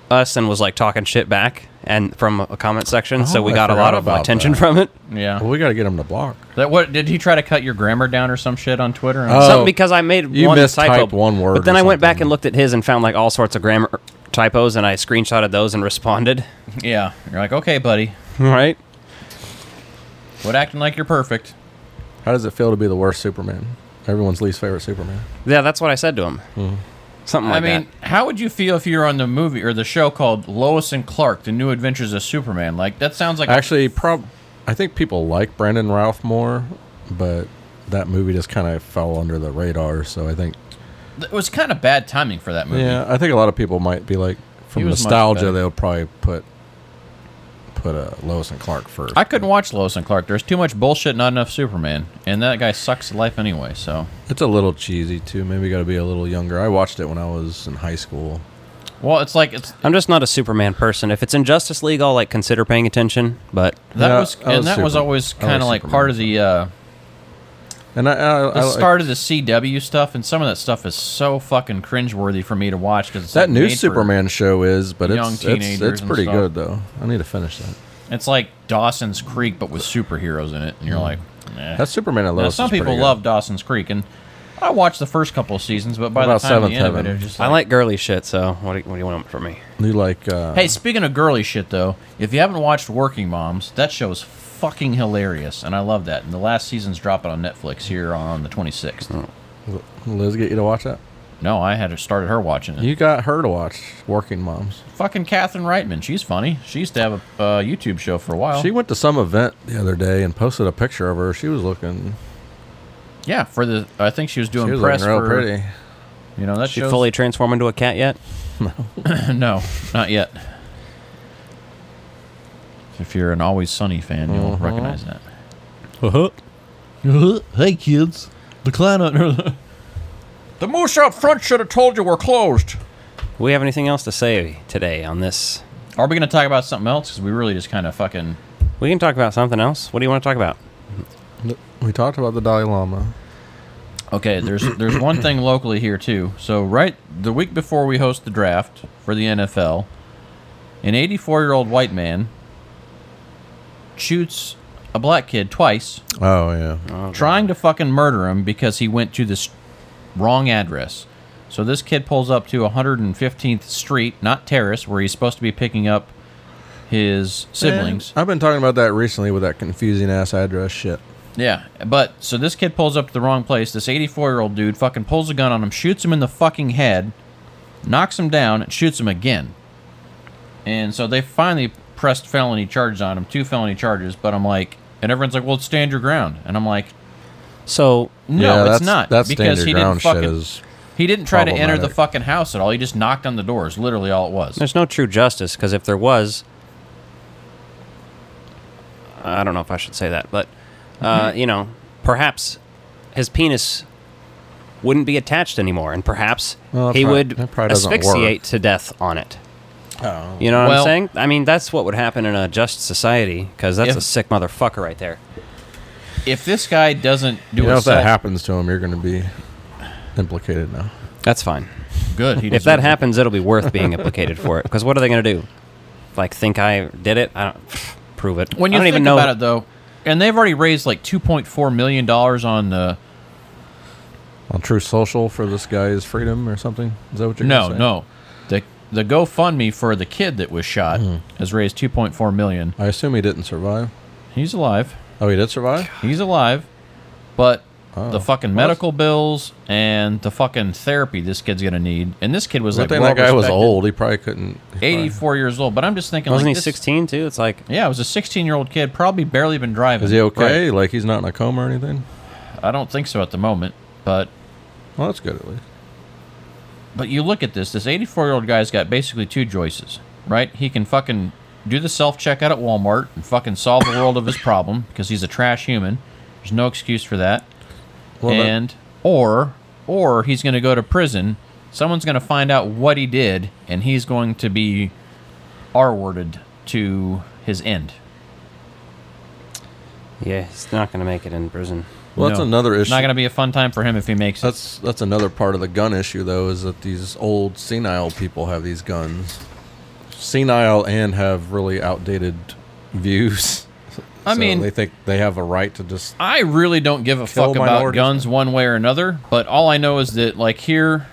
us and was like talking shit back and from a comment section. so
Oh,
we
I
got a lot
forgot
of
about
attention
that.
from it.
yeah.
Well, we got to get him to block.
That what did he try to cut your grammar down or some shit on Twitter?
Oh,
Something because I made
you
one
mistyped
typo.
one word
But then
or
I went back
something.
and looked at his and found like all sorts of grammar typos and I screenshotted those and responded.
yeah. You're like, okay, buddy,
Right?
quit acting like you're perfect.
How does it feel to be the worst Superman? Everyone's least favorite Superman.
Yeah, that's what I said to him.
Hmm.
Something
I
like
mean, how would you feel if you were on the movie or the show called Lois and Clark: The New Adventures of Superman? Like that sounds like
Actually, prob- I think people like Brandon Ralph more, but that movie just kind of fell under the radar. So I think,
it was kind of bad timing for that movie.
yeah, I think a lot of people might be like,
He
from
was much better.
nostalgia, they'll probably put put uh, Lois and Clark first.
I couldn't watch Lois and Clark. There's too much bullshit, not enough Superman, and that guy sucks at life anyway. So,
It's a little cheesy too. Maybe got to be a little younger. I watched it when I was in high school.
well, it's like it's
that. I'm just not a Superman person. If it's in Justice League, I'll like consider paying attention, but
that
Yeah,
was
I
and
was
that was
Superman.
always
I was
kind of like
Superman.
part of the uh,
And I, I,
the
I-
start of the CW stuff, and some of that stuff is so fucking cringeworthy for me to watch because it's
that
like,
new
made for-
Superman show is, but
young
it's it's,
teenagers
it's
and
pretty
stuff.
good though. I need to finish that.
It's like Dawson's Creek, but with superheroes in it, and you're like, eh.
That's Superman and Hmm. Lois.
Now,
is
some people
pretty good.
love Dawson's Creek, and I watched the first couple of seasons, but by
What
the
about
time the
Seventh
end of it,
Heaven?
it was just
I like girly shit, so what do, what do you want from me?
You like uh,
Hey, speaking of girly shit, though, if you haven't watched Working Moms, that show is fucking hilarious, and I love that. And the last season's dropping on Netflix here on the 26th.
Liz get you to watch that?
No, I had started her watching it.
You got her to watch Working Moms.
fucking Katherine Reitman, she's funny. She used to have a uh, YouTube show for a while.
She went to some event the other day and posted a picture of her. She was looking,
yeah, for the I think she was doing
she was
press
looking real
for
pretty.
you know that
She
show's-
fully transform into a cat yet?
no, not yet. If you're an Always Sunny fan, you'll recognize that.
Uh-huh. Hey kids, the clan on
The moose out front should have told you we're closed.
We have anything else to say today on this?
Are we going to talk about something else? Because we really just kind of fucking
We can talk about something else. What do you want to talk about?
We talked about the Dalai Lama.
Okay, there's there's one thing locally here too. So right the week before we host the draft for the NFL, an 84 year old white man shoots a black kid twice,
Oh yeah,
trying to fucking murder him because he went to this wrong address. So this kid pulls up to 115th Street, not Terrace, where he's supposed to be picking up his siblings.
I've been talking about that recently with that confusing ass address shit.
Yeah, but so this kid pulls up to the wrong place. This 84 year old dude fucking pulls a gun on him, shoots him in the fucking head, knocks him down, and shoots him again. And so they finally pressed felony charges on him, two felony charges. But I'm like, and everyone's like, well, stand your ground. And I'm like, so
Yeah,
no,
that's-
it's not
that stand
because
your
he
ground
didn't
shit
fucking.
is
he didn't try to enter the
problematic.
fucking house at all. He just knocked on the doors. Literally, all it was.
There's no true justice because if there was, I don't know if I should say that, but uh,
Mm-hmm.
you know, perhaps his penis wouldn't be attached anymore, and perhaps
Well, that
he
prob-
would
that probably doesn't work.
asphyxiate to death on it.
Oh.
You know what
Well-
I'm saying? I mean, that's what would happen in a just society because that's
If-
a sick motherfucker right there.
If this guy doesn't do
You know, if
assault,
that happens to him, you're going to be implicated now.
That's fine.
Good. he
if that
deserves it.
happens, it'll be worth being implicated for it. Because what are they going to do? Like, think I did it? I don't prove it.
When you
I don't
think
even know.
about it, though, and they've already raised like two point four million dollars on the
On True Social for this guy's freedom or something? Is that what you're
no,
gonna say?
no, the the GoFundMe for the kid that was shot
Hmm.
has raised two point four million.
I assume he didn't survive.
He's alive.
Oh, he did survive?
He's alive, but the fucking
Oh. What?
medical bills and the fucking therapy this kid's gonna need. And this kid was
Good
like
thing that guy was
well-respected.
old. He probably couldn't. he probably-
84 years old, but I'm just thinking,
Wasn't
like,
he
this-
16 too? It's like
Yeah, it was a 16 year old kid, probably barely been driving.
Is he okay?
Right.
Like he's not in a coma or anything?
I don't think so at the moment, but
Well, that's good at least.
But you look at this, this 84 year old guy's got basically two choices, right? He can fucking do the self checkout at Walmart and fucking solve the world of his problem because he's a trash human. There's no excuse for that.
Well, that-
and, or, or he's going to go to prison. Someone's going to find out what he did and he's going to be R worded to his end.
Yeah, he's not going to make it in prison.
Well, that's
No.
another
It's not
issue.
going to be a fun time for him if he makes it.
That's that's another part of the gun issue, though, is that these old senile people have these guns, senile and have really outdated views.
I
So
mean-
they think they have a right to just.
I really don't give a
Kill
fuck about
minorities.
guns one way or another, but all I know is that like here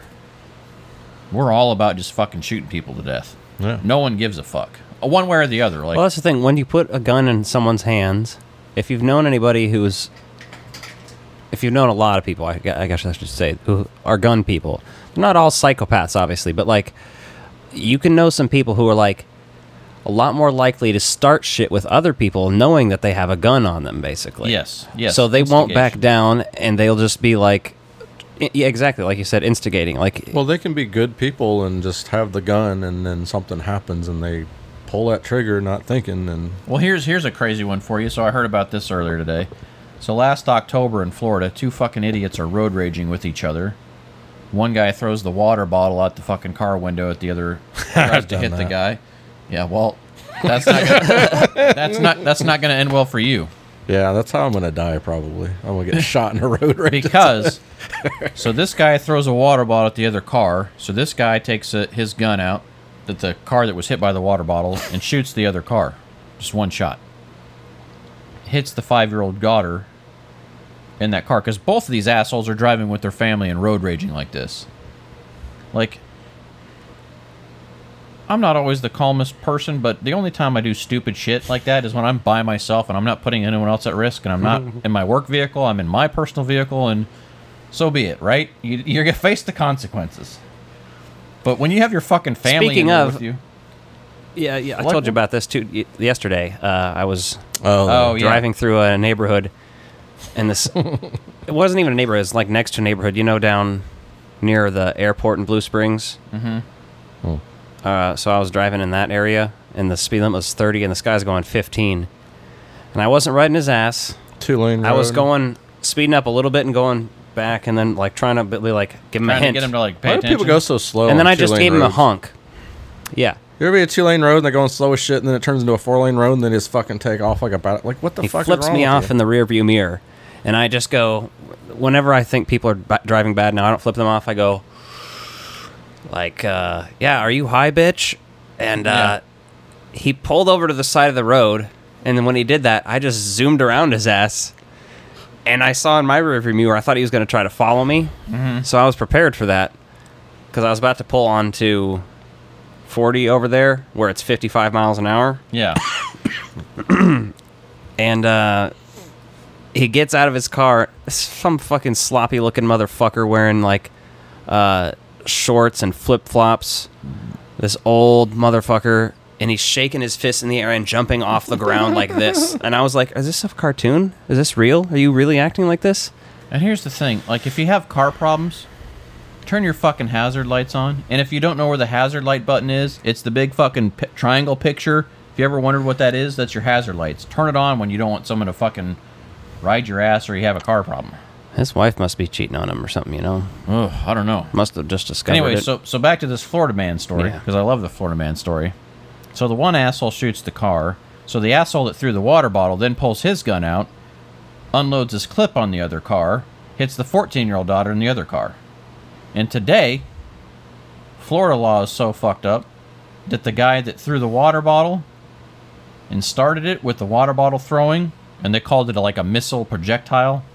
we're all about just fucking shooting people to death.
Yeah.
No one gives a fuck. Uh, One way or the other. Like
well, that's the thing. When you put a gun in someone's hands, if you've known anybody who's, if you've known a lot of people, I, gu- I guess I should say, who are gun people, not all psychopaths, obviously, but like, you can know some people who are like a lot more likely to start shit with other people knowing that they have a gun on them, basically.
Yes, yes,
So they won't back
instigation.
down and they'll just be like, i- yeah, exactly, like you said, instigating. Like,
Well, they can be good people and just have the gun, and then something happens, and they pull that trigger, not thinking, and
Well, here's here's a crazy one for you. So I heard about this earlier today. So last October in Florida, two fucking idiots are road raging with each other. One guy throws the water bottle out the fucking car window at the other, tries to
done
hit the
that.
guy. Yeah, well, that's not gonna, that's not that's not going to end well for you.
yeah, that's how I'm gonna die probably. I'm gonna get shot in a road rage.
because so this guy throws a water bottle at the other car so this guy takes uh his gun out at the car that was hit by the water bottle and shoots the other car just one shot hits the five-year-old daughter in that car because both of these assholes are driving with their family and road raging like this like I'm not always the calmest person, but the only time I do stupid shit like that is when I'm by myself and I'm not putting anyone else at risk, and I'm not in my work vehicle. I'm in my personal vehicle, and so be it. Right? You, you're gonna face the consequences. But when you have your fucking family in
Speaking
there
of-
with you,
Yeah, yeah. I
What-
told you about this too y- yesterday. Uh, I was
Oh.
Oh, yeah.
driving through a neighborhood, and this it wasn't even a neighborhood. It's like next to a neighborhood. You know, down near the airport in Blue Springs.
Mhm.
Oh.
Uh, so I was driving in that area, and the speed limit was thirty, and this guy's going fifteen, and I wasn't riding his ass.
two lane.
I was going speeding up a little bit and going back, and then like trying to be like give him a
trying to
hint,
get them to like pay
Why do
attention.
people go so slow?
and then
on
I just
two-lane
gave him a
roads?
honk. Yeah.
You ever be a two lane road and they're going slow as shit, and then it turns into a four lane road, and they just fucking take off like a bat. Like what the
he
fuck?
flips
is wrong
me
with
off
you?
in the rearview mirror, and I just go. Whenever I think people are b- driving bad now, I don't flip them off. I go, like, uh, yeah, are you high, bitch? And uh, he pulled over to the side of the road, and then when he did that, I just zoomed around his ass, and I saw in my rearview mirror. I thought he was going to try to follow
Mm-hmm.
me, so I was prepared for that because I was about to pull onto 40 over there where it's 55 miles an hour.
Yeah.
and uh, he gets out of his car. Some fucking sloppy looking motherfucker wearing like uh, shorts and flip flops. This old motherfucker. And he's shaking his fist in the air and jumping off the ground like this. And I was like, is this a cartoon? Is this real? Are you really acting like this?
And here's the thing: like, if you have car problems, turn your fucking hazard lights on. And if you don't know where the hazard light button is, it's the big fucking pi triangle picture. If you ever wondered what that is, that's your hazard lights. Turn it on when you don't want someone to fucking ride your ass or you have a car problem.
His wife must be cheating on him or something, you know?
Ugh, I don't know.
Must have just discovered
Anyway,
it.
so so back to this Florida man story
Yeah.
because I love the Florida man story. So the one asshole shoots the car. So the asshole that threw the water bottle then pulls his gun out, unloads his clip on the other car, hits the 14-year-old daughter in the other car. And today, Florida law is so fucked up that the guy that threw the water bottle and started it with the water bottle throwing, and they called it like a missile projectile,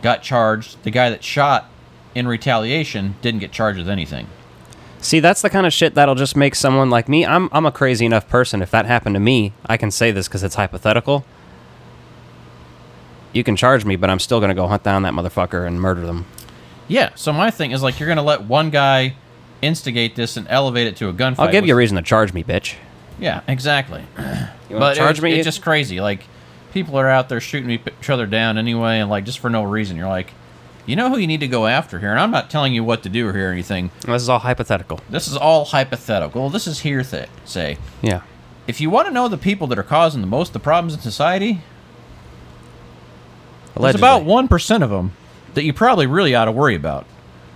got charged. The guy that shot in retaliation didn't get charged with anything.
See, that's the kind of shit that'll just make someone like me. I'm I'm a crazy enough person. If that happened to me, I can say this because it's hypothetical. You can charge me, but I'm still gonna go hunt down that motherfucker and murder them.
Yeah, so my thing is like you're gonna let one guy instigate this and elevate it to a gunfight.
I'll give
which-
you a reason to charge me, bitch.
Yeah, exactly.
wanna
but
charge
it,
me?
It's just crazy. Like people are out there shooting each other down anyway, and like just for no reason. You're like, you know who you need to go after here, and I'm not telling you what to do or here or anything.
This is all hypothetical.
This is all hypothetical. This is hearsay. Say,
Yeah.
if you want to know the people that are causing the most of the problems in society, there's
Allegedly.
about one percent of them that you probably really ought to worry about.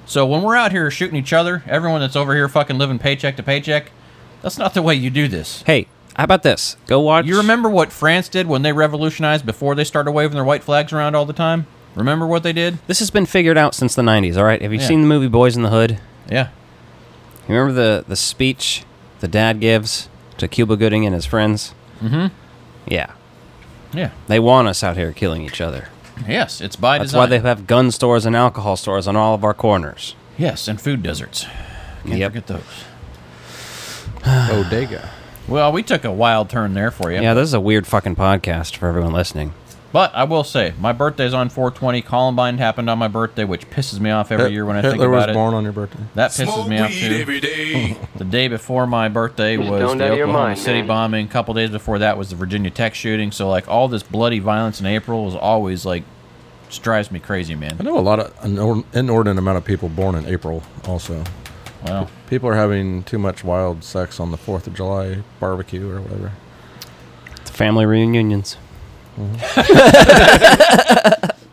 So when we're out here shooting each other, everyone that's over here fucking living paycheck to paycheck, that's not the way you do this.
Hey, how about this? Go watch.
You remember what France did when they revolutionized before they started waving their white flags around all the time? Remember what they did?
This has been figured out since the '90s. All right. Have you
Yeah.
seen the movie Boys in the Hood?
Yeah.
You remember the the speech the dad gives to Cuba Gooding and his friends?
Mm-hmm.
Yeah.
Yeah.
They want us out here killing each other.
Yes, it's by
That's
design.
why they have gun stores and alcohol stores on all of our corners.
Yes, and food deserts. Can't
Yep.
forget those.
Bodega.
Well, we took a wild turn there for you.
Yeah, this is a weird fucking podcast for everyone listening.
But I will say, my birthday's on 420. Columbine happened on my birthday, which pisses me off every
Hit-
year when I
Hitler
think about
was
it.
born on your birthday.
That pisses me off too. the day before my birthday was
going
the
down to your
Oklahoma
mind,
City
man.
bombing. A couple days before that was the Virginia Tech shooting. So like all this bloody violence in April was always like just drives me crazy,
I
man.
know a lot of an or- inordinate amount of people born in April. Also,
Wow.
people are having too much wild sex on the Fourth of July barbecue or whatever.
It's family reunions.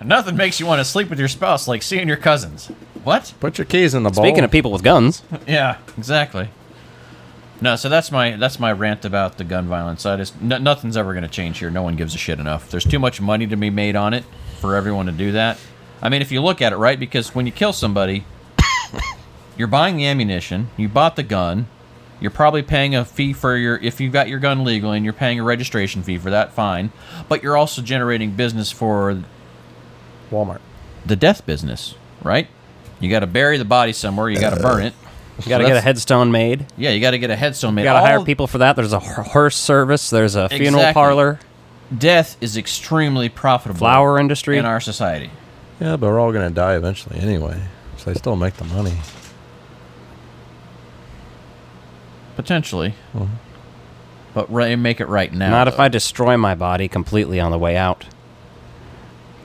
Nothing makes you want to sleep with your spouse like seeing your cousins. What?
Put your keys in the bowl.
Speaking of people with guns,
Yeah, exactly. No, so that's my that's my rant about the gun violence. I just no, nothing's ever going to change here. No one gives a shit enough. There's too much money to be made on it for everyone to do that. I mean, if you look at it right, because when you kill somebody, you're buying the ammunition, you bought the gun, you're probably paying a fee for your if you've got your gun legally and you're paying a registration fee for that, fine. But you're also generating business for
Walmart.
the death business, right? You got to bury the body somewhere. You got to burn it.
you got to get a headstone made.
Yeah, you got to get a headstone made.
You got to
All
hire people for that. There's a h- hearse service. There's a funeral
Exactly.
parlor.
Death is extremely profitable.
Flower industry.
in our society.
Yeah, but we're all gonna die eventually anyway, so they still make the money.
Potentially. But ri- make it right now.
Mm-hmm. Not
though.
if I destroy my body completely on the way out.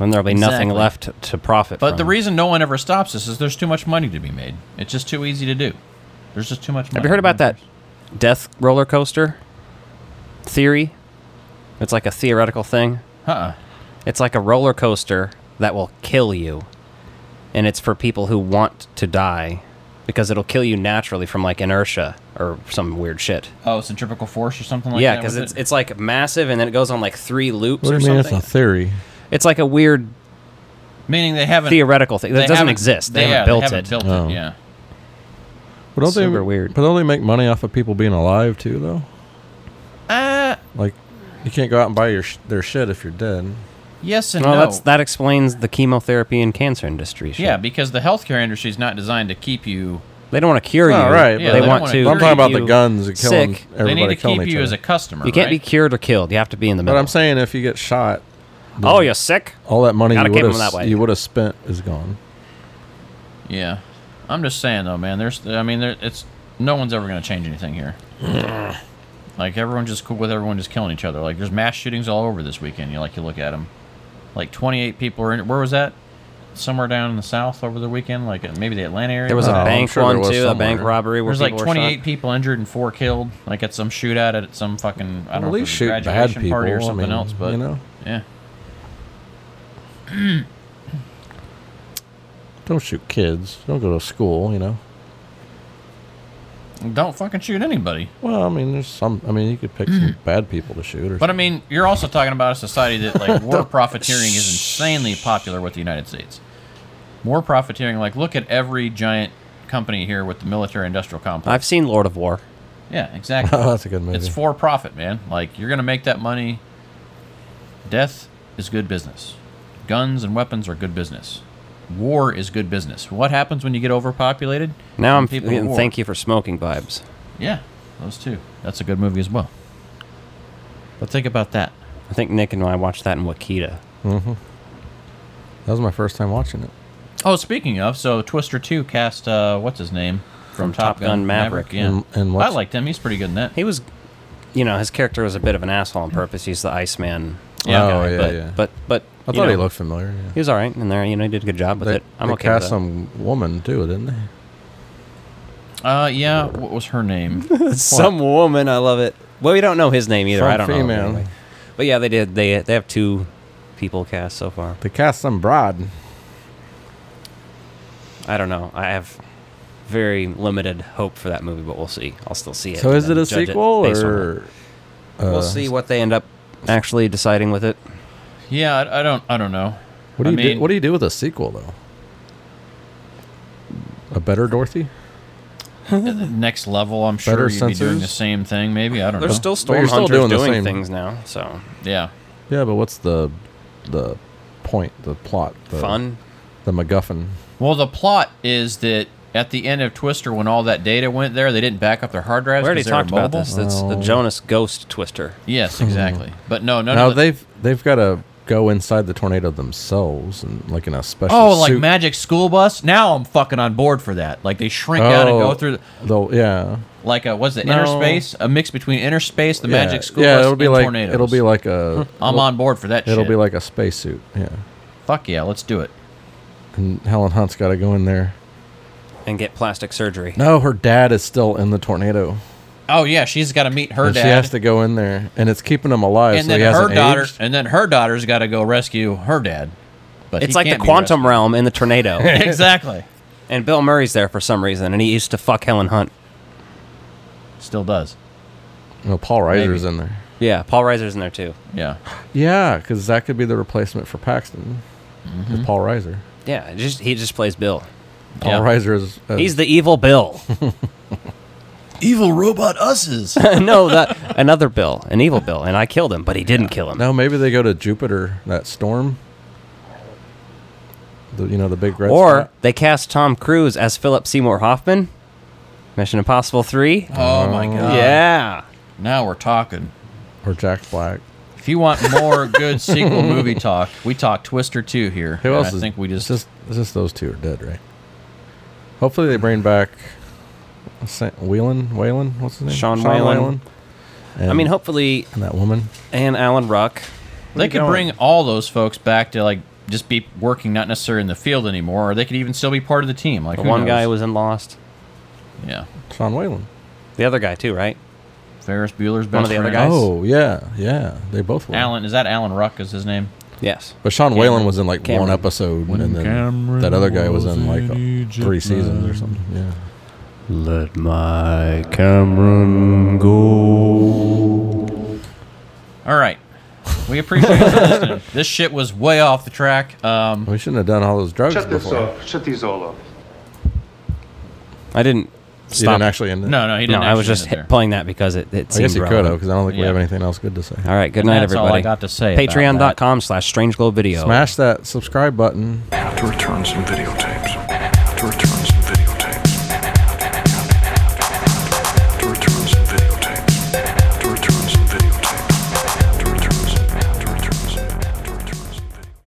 Then there'll be nothing
Exactly.
left to- to profit.
But
from.
the reason no one ever stops us is there's too much money to be made. It's just too easy to do. There's just too much money.
Have you heard about that death roller coaster theory? It's like a theoretical thing.
Huh.
It's like a roller coaster that will kill you. And it's for people who want to die because it'll kill you naturally from like inertia or some weird shit.
Oh, centripetal force or something like
yeah,
that?
because
with
it's
it?
it's like massive and then it goes on like three loops
What do
or
you mean? It's
something.
a theory.
It's like a weird
meaning they haven't
theoretical thing
they
that doesn't
haven't-
exist. They,
yeah,
haven't built
haven't
it.
built
Oh.
it. Yeah.
But don't they,
Super weird.
But don't they make money off of people being alive too, though?
Uh,
Like, you can't go out and buy your sh- their shit if you're dead.
yes and
well,
no.
that's that explains the chemotherapy and cancer industry. shit.
Yeah, because the healthcare industry is not designed to keep you
They don't want to cure you.
Oh, right,
They,
but- Yeah, they don't
want
wanna
to.
cure I'm talking about
keep
the
you
guns and killing
sick.
They need everybody to killing keep each you other. as a customer,
You can't be
right?
cured or killed. You have to be in the
But
middle.
I'm saying if you get shot,
Oh, you're sick?
All that money
Gotta
you
keep
would
'em that
have
way.
you would have spent is gone.
Yeah, I'm just saying though, man. There's, I mean, there, it's no one's ever gonna change anything here. like everyone's just cool with everyone just killing each other. Like there's mass shootings all over this weekend. You like you look at them, like 28 people are in. Where was that? Somewhere down in the south over the weekend, like uh, maybe the Atlanta area.
There was a
Oh,
bank
I'm there
one,
was
too, a
somewhere.
bank robbery where
There's like
people were shot.
28 people injured and four killed, like at some shootout at some fucking I don't
Well,
know
they
if it was a
shoot bad
graduation party or
people, I
something
mean,
else, but
you know?
yeah.
Don't shoot kids. Don't go to school. You know.
Don't fucking shoot anybody.
Well, I mean, there's some. I mean, you could pick
Mm.
some bad people to shoot or.
But I mean, you're also talking about a society that like war profiteering is insanely popular with the United States. War profiteering, like look at every giant company here with the military industrial complex.
I've seen Lord of War.
Yeah, exactly.
Oh, that's a good movie.
It's for profit, man. Like you're gonna make that money. Death is good business. Guns and weapons are good business. War is good business. What happens when you get overpopulated?
Now I'm
People at
getting
war.
thank you for smoking vibes.
Yeah, those two. That's a good movie as well. But think about that.
I think Nick and I watched that in Wakita.
Mm-hmm. That was my first time watching it.
Oh, speaking of, so Twister Two cast uh, what's his name
From Top Gun Maverick.
yeah,
And- and
I
what's-
liked him. He's pretty good in that.
He was, you know, his character was a bit of an asshole on purpose. He's the Iceman.
Yeah. Oh,
guy,
yeah,
but,
yeah.
But but
I
you
thought he
know,
looked familiar, yeah.
He was all right in there. You know, he did a good job with
they,
it. I'm
they
okay with
cast
that.
some woman too, didn't they?
Uh, yeah. What was her name?
some woman. I love it. Well, we don't know his name either.
Some
I don't know.
female.
anyway. But yeah, they did. They they have two people cast so far.
They cast some broad.
I don't know. I have very limited hope for that movie, but we'll see. I'll still see it.
So
and
is it
then
a
judge
sequel
based on
or?
that. we'll
uh,
see what they end up actually deciding with it.
Yeah, I, I don't. I don't know.
What do
I
you
mean,
do, What do you do with a sequel though? A better Dorothy.
next level? I'm sure
Better
you'd be doing
sensors?
the same thing. Maybe I don't
There's
know.
still stormhunters doing, things now, so
Yeah.
Yeah, but what's the the point? The plot? The,
Fun.
The MacGuffin.
Well, the plot is that at the end of Twister, when all that data went there, they didn't back up their
we
hard drives.
already
'cause they were
talked about
mobile.
this. That's
Oh.
the Jonas Ghost Twister.
Yes, exactly. but no, no,
now
no.
they've they've got to go inside the tornado themselves and like in a special.
Oh, like
suit.
Magic School Bus. Now I'm fucking on board for that. Like they shrink down and
Oh,
go through. The,
Though, yeah.
like a what's it?
No.
Inner space, a mix between inner space, the
yeah,
magic school
Yeah,
bus,
it'll be
and
like
tornadoes.
it'll be like a.
I'm on board for that.
It'll
shit.
be like a spacesuit. Yeah,
fuck yeah, let's do it.
and Helen Hunt's got to go in there.
and get plastic surgery.
No, her dad is still in the tornado.
Oh yeah, she's got to meet her
and
dad,
She has to go in there, and it's keeping him alive.
and
so
then
he hasn't
her daughter,
aged.
and then her daughter's got to go rescue her dad. But he
it's like the
can't be
quantum realm in the tornado.
rescued. exactly.
And Bill Murray's there for some reason, and he used to fuck Helen Hunt.
Still does.
No, Paul Reiser's in there.
Yeah, Paul Reiser's in there too.
Yeah.
Yeah, because that could be the replacement for Paxton.
Mm-hmm.
is Paul Reiser.
Yeah, it just he just plays Bill.
Paul Reiser is. uh,
He's the evil Bill.
Evil robot usses.
no, that another Bill, an evil Bill, and I killed him, but he didn't kill him.
No, maybe they go to Jupiter. That storm. The, you know the big red.
or
spot?
they cast Tom Cruise as Philip Seymour Hoffman. Mission Impossible 3.
Oh my god.
Yeah.
Now we're talking.
or Jack Black.
If you want more good sequel movie talk, we talk Twister two here.
Who
and
else?
I
is,
think we just
it's just it's just those two are dead, right? Hopefully they bring back Sa- Whelan. Whalen, what's his name?
Sean Whelan.
And,
I mean, hopefully,
and that woman.
and Alan Ruck.
They could bring all those folks back to like just be working, not necessarily in the field anymore, or they could even still be part of the team. Like
The
who
one
knows?
guy was in Lost.
yeah,
Sean Whalen.
The other guy too, right?
Ferris Bueller's best
One of the other
friend.
guys?
Oh
Oh.
yeah, yeah. They both were.
Alan is that Alan Ruck is his name?
Yes.
But Sean Whalen was in like
Cameron.
one episode, and then
Cameron
that other guy was
was
in like
in Egypt,
three seasons or something. Yeah.
Let my Cameron go.
All right, we appreciate you listening. This shit was way off the track. Um,
We shouldn't have done all those drugs before.
Shut these all up.
I didn't
You
stop.
didn't actually end it.
No, no, he didn't
No, I was
actually
just
end it
hit, playing that because it, it
I
seemed
guess you could have,
relevant.
because I don't think we
Yeah.
have anything else good to say.
All right, good night,
That's all
everybody.
I got to say about that.
Patreon.com slash Strange Glow Video.
Smash that subscribe button.
Have to return some videotapes. Have to return some videotapes.